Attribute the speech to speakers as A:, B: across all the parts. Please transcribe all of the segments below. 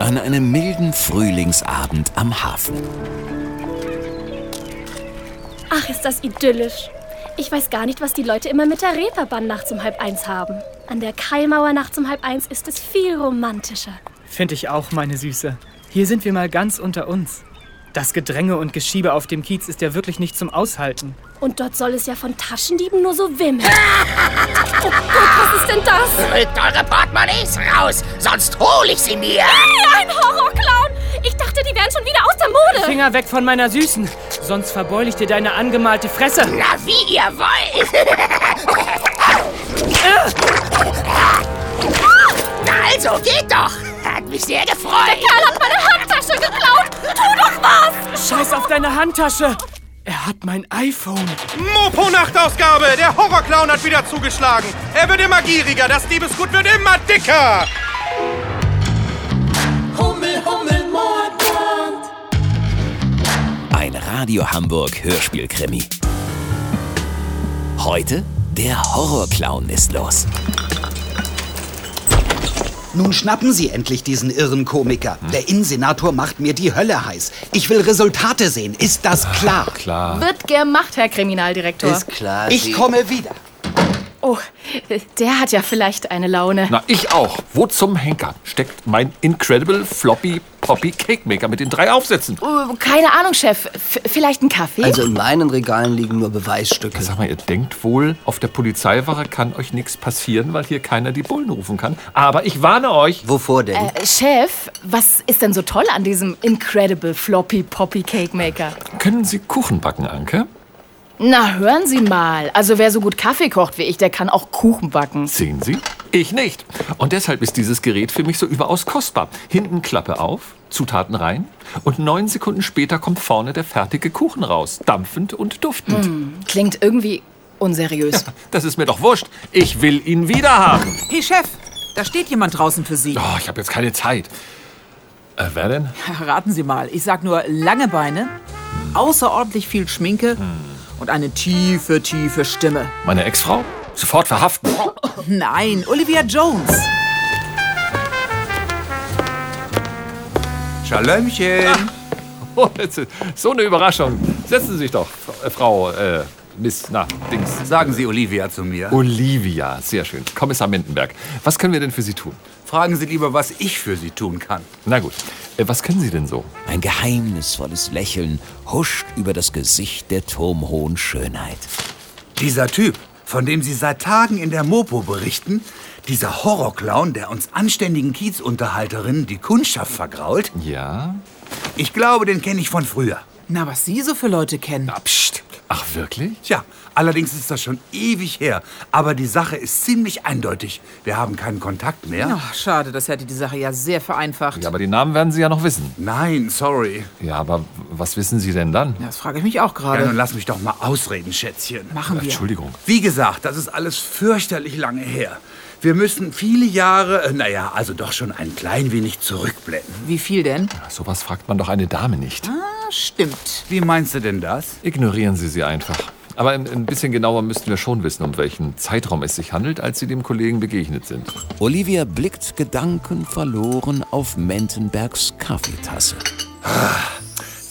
A: an einem milden Frühlingsabend am Hafen.
B: Ach, ist das idyllisch. Ich weiß gar nicht, was die Leute immer mit der Reeperbahn nachts um halb eins haben. An der Kaimauer nachts um halb eins ist es viel romantischer.
C: Finde ich auch, meine Süße. Hier sind wir mal ganz unter uns. Das Gedränge und Geschiebe auf dem Kiez ist ja wirklich nicht zum Aushalten.
B: Und dort soll es ja von Taschendieben nur so wimmeln. oh Gott, was ist denn das?
D: Holt eure Portemonnaies raus, sonst hol ich sie mir.
B: Hey, ein Horrorclown! Ich dachte, die wären schon wieder aus der Mode.
C: Finger weg von meiner Süßen, sonst verbeul ich dir deine angemalte Fresse.
D: Na, wie ihr wollt. Na also, geht doch. Hat mich sehr gefreut.
B: Karl hat meine Handtasche geklaut. Tu doch was!
C: Scheiß auf deine Handtasche. Er hat mein iPhone.
E: Mopo-Nachtausgabe! Der Horrorclown hat wieder zugeschlagen. Er wird immer gieriger, das Diebesgut wird immer dicker!
F: Hummel, Hummel, Mordbrand.
A: Ein Radio Hamburg Hörspielkrimi. Heute der Horrorclown ist los.
G: Nun schnappen Sie endlich diesen irren Komiker. Der Innensenator macht mir die Hölle heiß. Ich will Resultate sehen, ist das klar?
A: Klar.
H: Wird gemacht, Herr Kriminaldirektor.
D: klar.
G: Ich komme wieder.
H: oh, der hat ja vielleicht eine Laune.
I: Na, ich auch. Wo zum Henker steckt mein Incredible Floppy Poppy Cake Maker mit den drei Aufsätzen?
H: Oh, keine Ahnung, Chef. F vielleicht ein Kaffee?
J: Also in meinen Regalen liegen nur Beweisstücke.
I: Sag mal, ihr denkt wohl, auf der Polizeiwache kann euch nichts passieren, weil hier keiner die Bullen rufen kann. Aber ich warne euch,
J: Wovor denn?
H: Äh, Chef, was ist denn so toll an diesem Incredible Floppy Poppy Cake Maker?
I: können Sie Kuchen backen, Anke?
H: Na, hören Sie mal. Also wer so gut Kaffee kocht wie ich, der kann auch Kuchen backen.
I: Sehen Sie? Ich nicht. Und deshalb ist dieses Gerät für mich so überaus kostbar. Hinten Klappe auf, Zutaten rein und neun Sekunden später kommt vorne der fertige Kuchen raus, dampfend und duftend.
H: Klingt irgendwie unseriös.
I: Das ist mir doch wurscht. Ich will ihn wieder haben.
K: Hey Chef, da steht jemand draußen für Sie.
I: Oh, ich habe jetzt keine Zeit. Äh, wer denn?
K: Raten Sie mal, ich sag nur lange Beine, außerordentlich viel Schminke und eine tiefe, tiefe Stimme.
I: Meine Ex-Frau? Sofort verhaften.
K: Nein, Olivia Jones.
E: Schalömchen!
I: Oh, jetzt, so eine Überraschung. Setzen Sie sich doch, äh, Frau, äh, Miss, na, Dings.
E: Sagen Sie Olivia zu mir.
I: Olivia, sehr schön. Kommissar Mindenberg, was können wir denn für Sie tun?
E: Fragen Sie lieber, was ich für Sie tun kann.
I: Na gut, äh, was können Sie denn so?
A: Ein geheimnisvolles Lächeln huscht über das Gesicht der turmhohen Schönheit.
E: Dieser Typ, von dem Sie seit Tagen in der Mopo berichten, dieser Horrorclown, der uns anständigen Kiezunterhalterinnen die Kundschaft vergrault,
I: Ja?
E: ich glaube, den kenne ich von früher.
K: Na, was Sie so für Leute kennen.
I: Ah, pst. Ach, wirklich?
E: Tja, allerdings ist das schon ewig her. Aber die Sache ist ziemlich eindeutig. Wir haben keinen Kontakt mehr.
K: Ach, schade, das hätte die Sache ja sehr vereinfacht.
I: Ja, aber die Namen werden Sie ja noch wissen.
E: Nein, sorry.
I: Ja, aber was wissen Sie denn dann?
K: Das frage ich mich auch
E: Ja, nun
K: gerade.
E: lass mich doch mal ausreden, Schätzchen.
K: Machen wir.
I: Entschuldigung.
E: Wie gesagt, das ist alles fürchterlich lange her. Wir müssen viele Jahre, äh, naja, also doch schon ein klein wenig zurückblenden.
K: Wie viel denn?
I: Ja, Sowas fragt man doch eine Dame nicht.
K: Ah, stimmt.
E: Wie meinst du denn das?
I: Ignorieren Sie sie einfach. Aber ein, ein bisschen genauer müssten wir schon wissen, um welchen Zeitraum es sich handelt, als Sie dem Kollegen begegnet sind.
A: Olivia blickt gedankenverloren auf Mentenbergs Kaffeetasse.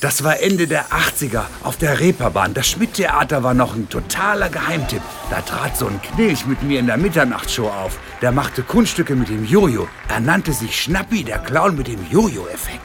E: Das war Ende der 80er auf der Reeperbahn. Das Schmidt-Theater war noch ein totaler Geheimtipp. Da trat so ein Knilch mit mir in der Mitternachtsshow auf. Der machte Kunststücke mit dem Jojo. Er nannte sich Schnappi, der Clown mit dem Jojo-Effekt.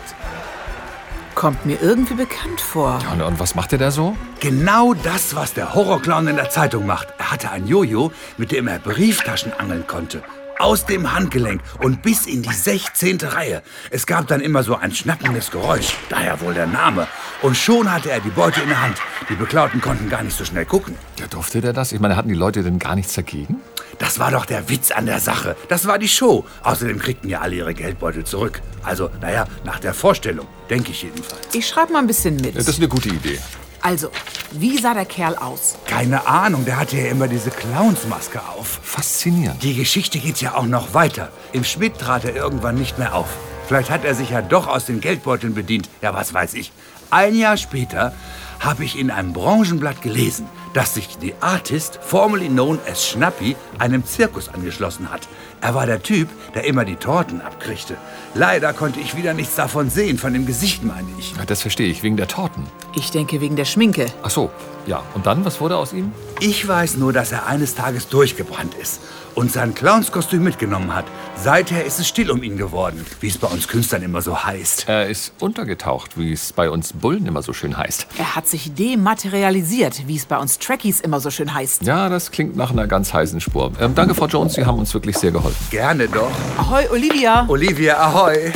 K: Kommt mir irgendwie bekannt vor.
I: Und, und was macht er da so?
E: Genau das, was der Horrorclown in der Zeitung macht. Er hatte ein Jojo, mit dem er Brieftaschen angeln konnte. Aus dem Handgelenk und bis in die 16. Reihe. Es gab dann immer so ein schnappendes Geräusch, daher wohl der Name. Und schon hatte er die Beute in der Hand. Die Beklauten konnten gar nicht so schnell gucken.
I: Ja, durfte der das? Ich meine, hatten die Leute denn gar nichts dagegen?
E: Das war doch der Witz an der Sache. Das war die Show. Außerdem kriegten ja alle ihre Geldbeutel zurück. Also, naja, nach der Vorstellung, denke ich jedenfalls.
K: Ich schreibe mal ein bisschen mit.
I: Das ist eine gute Idee.
K: Also, wie sah der Kerl aus?
E: Keine Ahnung, der hatte ja immer diese Clownsmaske auf.
I: Faszinierend.
E: Die Geschichte geht ja auch noch weiter. Im Schmidt trat er irgendwann nicht mehr auf. Vielleicht hat er sich ja doch aus den Geldbeuteln bedient. Ja, was weiß ich. Ein Jahr später habe ich in einem Branchenblatt gelesen, dass sich The Artist, formerly known as Schnappi, einem Zirkus angeschlossen hat. Er war der Typ, der immer die Torten abkriegte. Leider konnte ich wieder nichts davon sehen, von dem Gesicht meine ich.
I: Ja, Das verstehe ich, wegen der Torten.
K: Ich denke wegen der Schminke.
I: Ach so, ja. Und dann, was wurde aus ihm?
E: Ich weiß nur, dass er eines Tages durchgebrannt ist und sein Clownskostüm mitgenommen hat. Seither ist es still um ihn geworden, wie es bei uns Künstlern immer so heißt.
I: Er ist untergetaucht, wie es bei uns Bullen immer so schön heißt.
K: Er hat sich dematerialisiert, wie es bei uns Trekkies immer so schön heißt.
I: Ja, das klingt nach einer ganz heißen Spur. Ähm, danke, Frau Jones, Sie haben uns wirklich sehr geholfen.
E: Gerne doch.
K: Ahoi, Olivia.
E: Olivia, ahoi.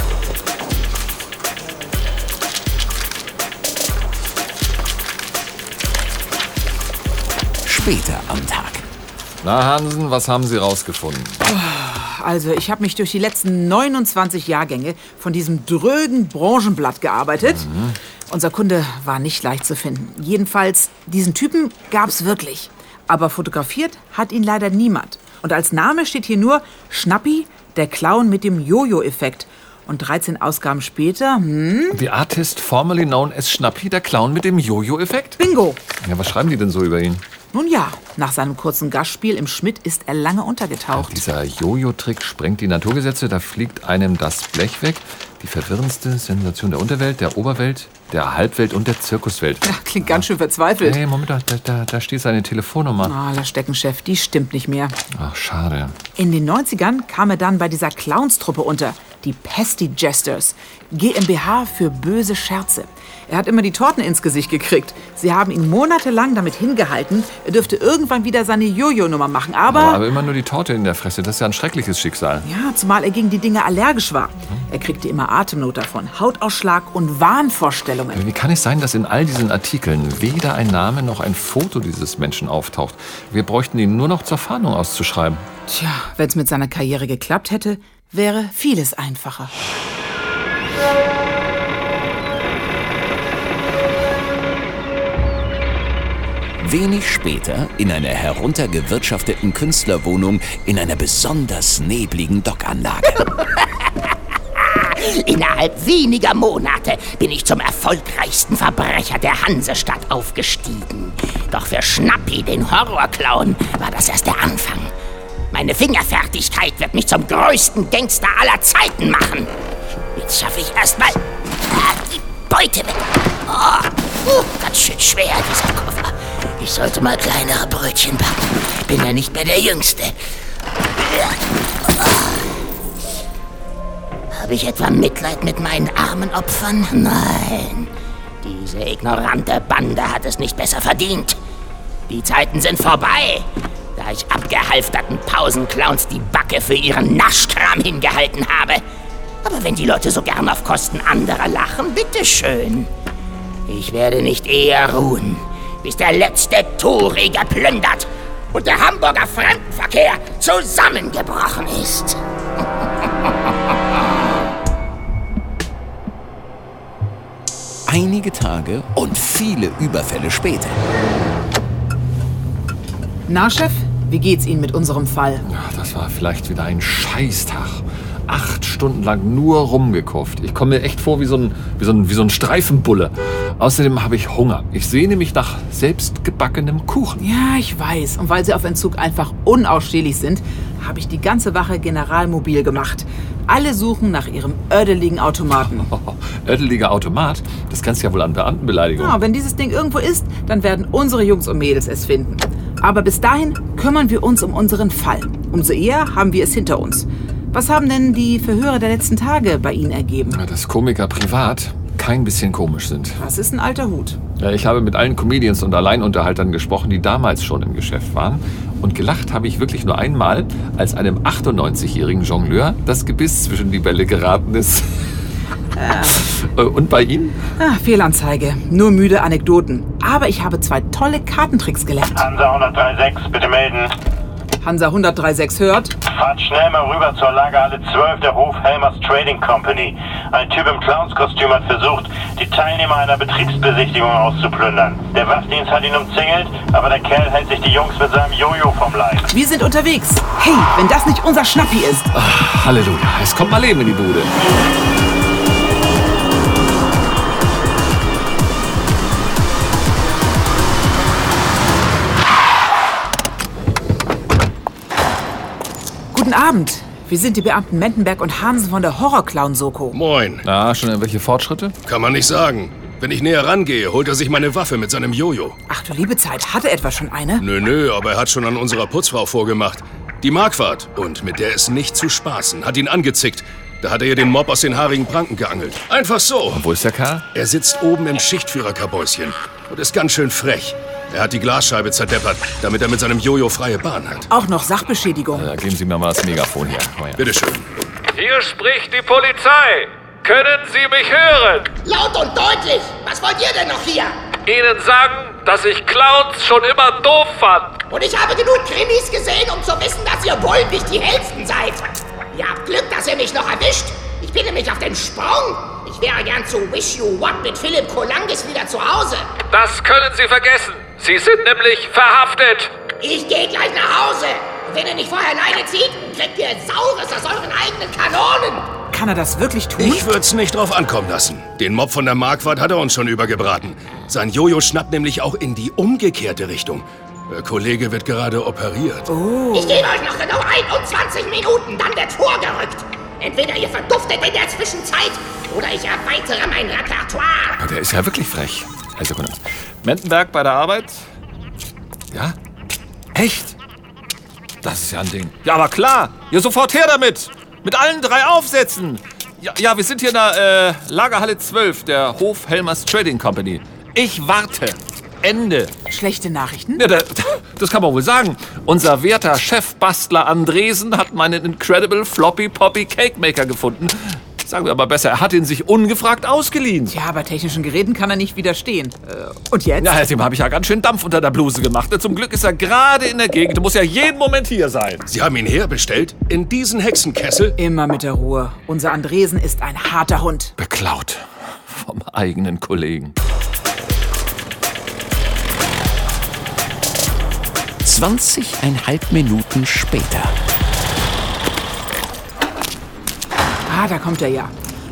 A: Später am Tag.
I: Na, Hansen, was haben Sie rausgefunden?
K: Also, ich habe mich durch die letzten 29 Jahrgänge von diesem drögen Branchenblatt gearbeitet. Unser Kunde war nicht leicht zu finden. Jedenfalls, diesen Typen gab's wirklich. Aber fotografiert hat ihn leider niemand. Und als Name steht hier nur Schnappi, der Clown mit dem Jojo-Effekt. Und 13 Ausgaben später, hm,
I: The Artist, formerly known as Schnappi, der Clown mit dem Jojo-Effekt?
K: Bingo!
I: Ja, was schreiben die denn so über ihn?
K: Nun ja, nach seinem kurzen Gastspiel im Schmidt ist er lange untergetaucht.
I: Dieser Jojo-Trick sprengt die Naturgesetze, da fliegt einem das Blech weg. Die verwirrendste Sensation der Unterwelt, der Oberwelt, der Halbwelt und der Zirkuswelt.
K: Klingt ganz schön verzweifelt.
I: Hey, Moment, da, da- da, da steht seine Telefonnummer.
K: Ah, der Steckenchef, die stimmt nicht mehr.
I: Ach, schade.
K: In den 90ern kam er dann bei dieser Clownstruppe unter, die Pesty Jesters, GmbH für böse Scherze. Er hat immer die Torten ins Gesicht gekriegt. Sie haben ihn monatelang damit hingehalten. Er dürfte irgendwann wieder seine Jojo-Nummer machen,
I: Aber,
K: aber...
I: aber immer nur die Torte in der Fresse, das ist ja ein schreckliches Schicksal.
K: Ja, zumal er gegen die Dinge allergisch war. Er kriegte immer Atemnot davon, Hautausschlag und Wahnvorstellungen.
I: Wie kann es sein, dass in all diesen Artikeln weder ein Name noch ein Foto dieses Menschen auftaucht? Wir bräuchten ihn nur noch zur Fahndung auszuschreiben.
K: Tja, wenn es mit seiner Karriere geklappt hätte, wäre vieles einfacher.
A: Wenig später in einer heruntergewirtschafteten Künstlerwohnung in einer besonders nebligen Dockanlage.
D: Innerhalb weniger Monate bin ich zum erfolgreichsten Verbrecher der Hansestadt aufgestiegen. Doch für Schnappi, den Horrorclown, war das erst der Anfang. Meine Fingerfertigkeit wird mich zum größten Gangster aller Zeiten machen. Jetzt schaffe ich erstmal die Beute weg. Oh, uh, ganz schön schwer, dieser Koffer. Ich sollte mal kleinere Brötchen backen. Bin ja nicht mehr der Jüngste. Habe ich etwa Mitleid mit meinen armen Opfern? Nein. Diese ignorante Bande hat es nicht besser verdient. Die Zeiten sind vorbei, da ich abgehalfterten Pausenclowns die Backe für ihren Naschkram hingehalten habe. Aber wenn die Leute so gern auf Kosten anderer lachen, bitteschön. Ich werde nicht eher ruhen, bis der letzte Touri geplündert und der Hamburger Fremdenverkehr zusammengebrochen ist.
A: Einige Tage und viele Überfälle später.
K: Na, Chef, wie geht's Ihnen mit unserem Fall?
I: Ach, das war vielleicht wieder ein Scheißtag. Acht Stunden lang nur rumgekauft. Ich komme mir echt vor wie so, ein, wie, so ein, wie so ein Streifenbulle. Außerdem habe ich Hunger. Ich sehne mich nach selbstgebackenem Kuchen.
K: Ja, ich weiß. Und weil sie auf Entzug einfach unausstehlich sind, habe ich die ganze Wache generalmobil gemacht. Alle suchen nach ihrem ördeligen Automaten.
I: Oh, ödeliger Automat, das grenzt ja wohl an Beamtenbeleidigung.
K: Ja, Genau, wenn dieses Ding irgendwo ist, dann werden unsere Jungs und Mädels es finden. Aber bis dahin kümmern wir uns um unseren Fall. Umso eher haben wir es hinter uns. Was haben denn die Verhöre der letzten Tage bei Ihnen ergeben?
I: Ja, Dass Komiker privat kein bisschen komisch sind.
K: Das ist ein alter Hut.
I: Ja, Äh, Ich habe mit allen Comedians und Alleinunterhaltern gesprochen, die damals schon im Geschäft waren. Und gelacht habe ich wirklich nur einmal, als einem 98-jährigen Jongleur das Gebiss zwischen die Bälle geraten ist. Äh, Und bei Ihnen?
K: Ah, Fehlanzeige. Nur müde Anekdoten. Aber ich habe zwei tolle Kartentricks gelernt.
L: Hansa 1036, bitte melden.
K: Hansa 1036 hört.
L: Fahrt schnell mal rüber zur Lagerhalle 12 der Hof Helmers Trading Company. Ein Typ im Clownskostüm hat versucht, die Teilnehmer einer Betriebsbesichtigung auszuplündern. Der Wachdienst hat ihn umzingelt, aber der Kerl hält sich die Jungs mit seinem Jojo vom Leib.
K: Wir sind unterwegs. Hey, wenn das nicht unser Schnappi ist.
I: Halleluja, es kommt mal Leben in die Bude.
K: Abend. Wir sind die Beamten Mendenberg und Hansen von der Horrorclown-Soko.
E: Moin.
I: Na, schon irgendwelche Fortschritte?
E: Kann man nicht sagen. Wenn ich näher rangehe, holt er sich meine Waffe mit seinem Jojo.
K: Ach du liebe Zeit, hatte etwa schon eine?
E: Nö, nö, aber er hat schon an unserer Putzfrau vorgemacht. Die Marquardt. Und mit der ist nicht zu spaßen. Hat ihn angezickt. Da hat er ihr den Mob aus den haarigen Pranken geangelt. Einfach so.
I: Und wo ist der Kerl?
E: Er sitzt oben im Schichtführerkabäuschen und ist ganz schön frech. Er hat die Glasscheibe zerdeppert, damit er mit seinem Jojo freie Bahn hat.
K: Auch noch Sachbeschädigung.
I: Da geben Sie mir mal das Megafon her. Komm her.
E: Bitteschön.
M: Hier spricht die Polizei. Können Sie mich hören?
N: Laut und deutlich! Was wollt ihr denn noch hier?
M: Ihnen sagen, dass ich Clowns schon immer doof fand.
N: Und ich habe genug Krimis gesehen, um zu wissen, dass ihr wohl nicht die Hellsten seid. Ihr habt Glück, dass ihr mich noch erwischt. Ich bin nämlich auf den Sprung. Ich wäre gern zu Wish You What mit Philipp Kolangis wieder zu Hause.
M: Das können Sie vergessen. Sie sind nämlich verhaftet.
N: Ich gehe gleich nach Hause. Und wenn ihr nicht vorher Leine zieht, kriegt ihr Saures aus euren eigenen Kanonen.
K: Kann er das wirklich tun?
E: Ich würd's nicht drauf ankommen lassen. Den Mob von der Marquardt hat er uns schon übergebraten. Sein Jojo schnappt nämlich auch in die umgekehrte Richtung. Der Kollege wird gerade operiert.
N: Ich gebe euch noch genau 21 Minuten, dann wird vorgerückt. Entweder ihr verduftet in der Zwischenzeit oder ich erweitere mein Repertoire.
I: Der ist ja wirklich frech. Eine Sekunde. Mendenberg bei der Arbeit? Ja? Echt? Das ist ja ein Ding. Ja, aber klar. Ja, sofort her damit. Mit allen drei Aufsätzen. Ja, ja wir sind hier in der äh, Lagerhalle 12 der Hof Helmers Trading Company. Ich warte. Ende.
K: Schlechte Nachrichten?
I: Ja, da, das kann man wohl sagen. Unser werter Chefbastler Andresen hat meinen Incredible Floppy Poppy Cake Maker gefunden. Sagen wir aber besser, er hat ihn sich ungefragt ausgeliehen.
K: Ja, aber technischen Geräten kann er nicht widerstehen. Äh, Und jetzt?
I: Ja, dem habe ich ja ganz schön Dampf unter der Bluse gemacht. ne? Zum Glück ist er gerade in der Gegend. Muss ja jeden Moment hier sein.
E: Sie haben ihn herbestellt? In diesen Hexenkessel?
K: Immer mit der Ruhe. Unser Andresen ist ein harter Hund.
I: Beklaut vom eigenen Kollegen.
O: 20,5 Minuten später.
K: Ah, da kommt er ja.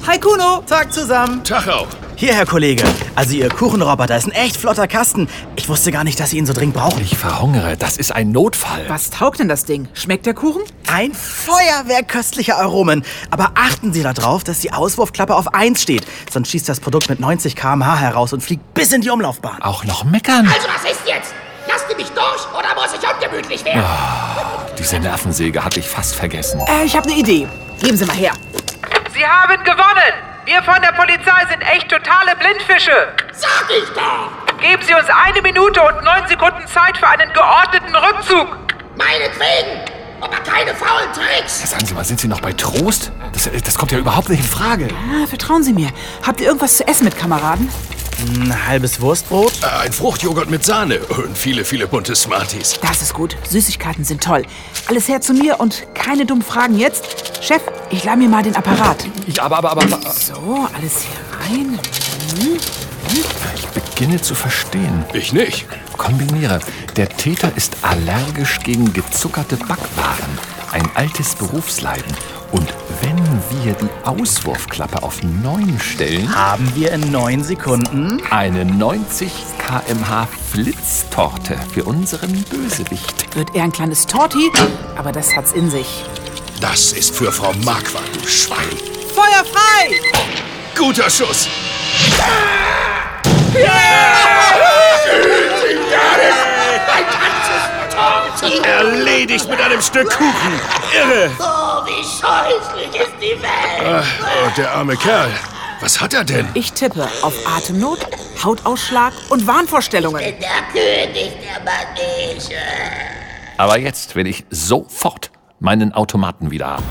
P: Hi Kuno, Tag zusammen.
E: Tag auch.
P: Hier, Herr Kollege. Also Ihr Kuchenroboter ist ein echt flotter Kasten. Ich wusste gar nicht, dass Sie ihn so dringend brauchen.
I: Ich verhungere. Das ist ein Notfall.
K: Was taugt denn das Ding? Schmeckt der Kuchen?
P: Ein Feuerwerk köstlicher Aromen. Aber achten Sie darauf, dass die Auswurfklappe auf 1 steht. Sonst schießt das Produkt mit 90 km/h heraus und fliegt bis in die Umlaufbahn.
I: Auch noch meckern?
N: Also was ist jetzt? Lasst ihr mich durch oder muss ich ungemütlich werden?
I: Ah, Diese Nervensäge hatte ich fast vergessen.
K: Äh, ich habe eine Idee. Geben Sie mal her.
Q: Sie haben gewonnen! Wir von der Polizei sind echt totale Blindfische!
N: Sag ich doch!
Q: Geben Sie uns eine Minute und neun Sekunden Zeit für einen geordneten Rückzug!
N: Meinetwegen! Aber keine faulen Tricks!
I: Sagen Sie mal, sind Sie noch bei Trost? Das, das kommt ja überhaupt nicht in Frage.
K: Ah, vertrauen Sie mir. Habt ihr irgendwas zu essen mit Kameraden?
P: Ein halbes Wurstbrot?
E: Äh, Ein Fruchtjoghurt mit Sahne und viele, viele bunte Smarties.
K: Das ist gut. Süßigkeiten sind toll. Alles her zu mir und keine dummen Fragen jetzt. Chef, ich leih mir mal den Apparat.
I: Ich aber, aber, aber. aber
K: So, alles hier rein.
I: ich beginne zu verstehen.
E: Ich nicht.
I: Kombiniere. Der Täter ist allergisch gegen gezuckerte Backwaren. Ein altes Berufsleiden. Und wenn wir die Auswurfklappe auf 9 stellen,
P: Haben wir in neun Sekunden?
I: eine 90 kmh Flitztorte für unseren Bösewicht.
K: Wird eher ein kleines Torti, aber das hat's in sich.
E: Das ist für Frau Marquardt, du Schwein.
K: Feuer frei!
E: Guter Schuss.
N: Ein ganzes Torti!
E: Erledigt mit einem Stück Kuchen. Irre.
N: Oh, wie scheußlich ist die Welt!
E: Ach, oh, der arme Kerl. Was hat er denn?
K: Ich tippe auf Atemnot, Hautausschlag und Wahnvorstellungen.
N: Der König der Manege!
I: Aber jetzt will ich sofort meinen Automaten wieder haben.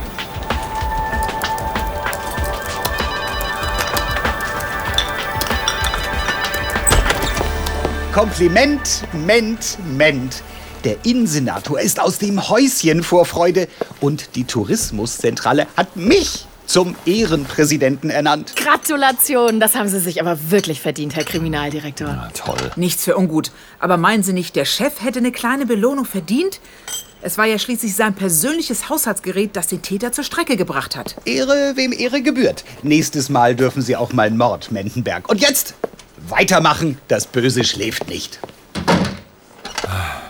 G: Kompliment, Ment, Ment. Der Innensenator ist aus dem Häuschen vor Freude und die Tourismuszentrale hat mich zum Ehrenpräsidenten ernannt.
H: Gratulation, das haben Sie sich aber wirklich verdient, Herr Kriminaldirektor.
I: Toll.
K: Nichts für ungut. Aber meinen Sie nicht, der Chef hätte eine kleine Belohnung verdient? Es war ja schließlich sein persönliches Haushaltsgerät, das den Täter zur Strecke gebracht hat.
G: Ehre, wem Ehre gebührt. Nächstes Mal dürfen Sie auch mal Mord, Mendenberg. Und jetzt weitermachen, das Böse schläft nicht.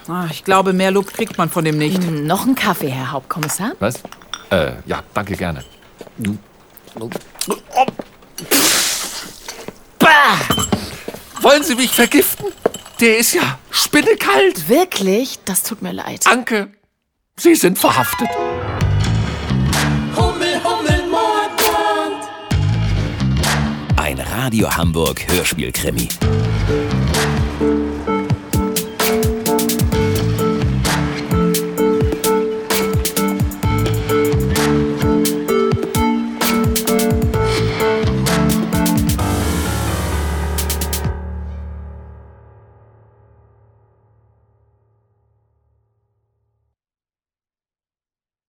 K: Ah, Ich glaube, mehr Lob kriegt man von dem nicht.
H: Noch ein Kaffee, Herr Hauptkommissar?
I: Was? Äh, ja, danke gerne.
H: Bah!
I: Wollen Sie mich vergiften? Der ist ja spinnekalt.
H: Wirklich? Das tut mir leid.
I: Anke, Sie sind verhaftet.
F: Hummel, Hummel, Mordbrand.
A: Ein Radio Hamburg Hörspielkrimi.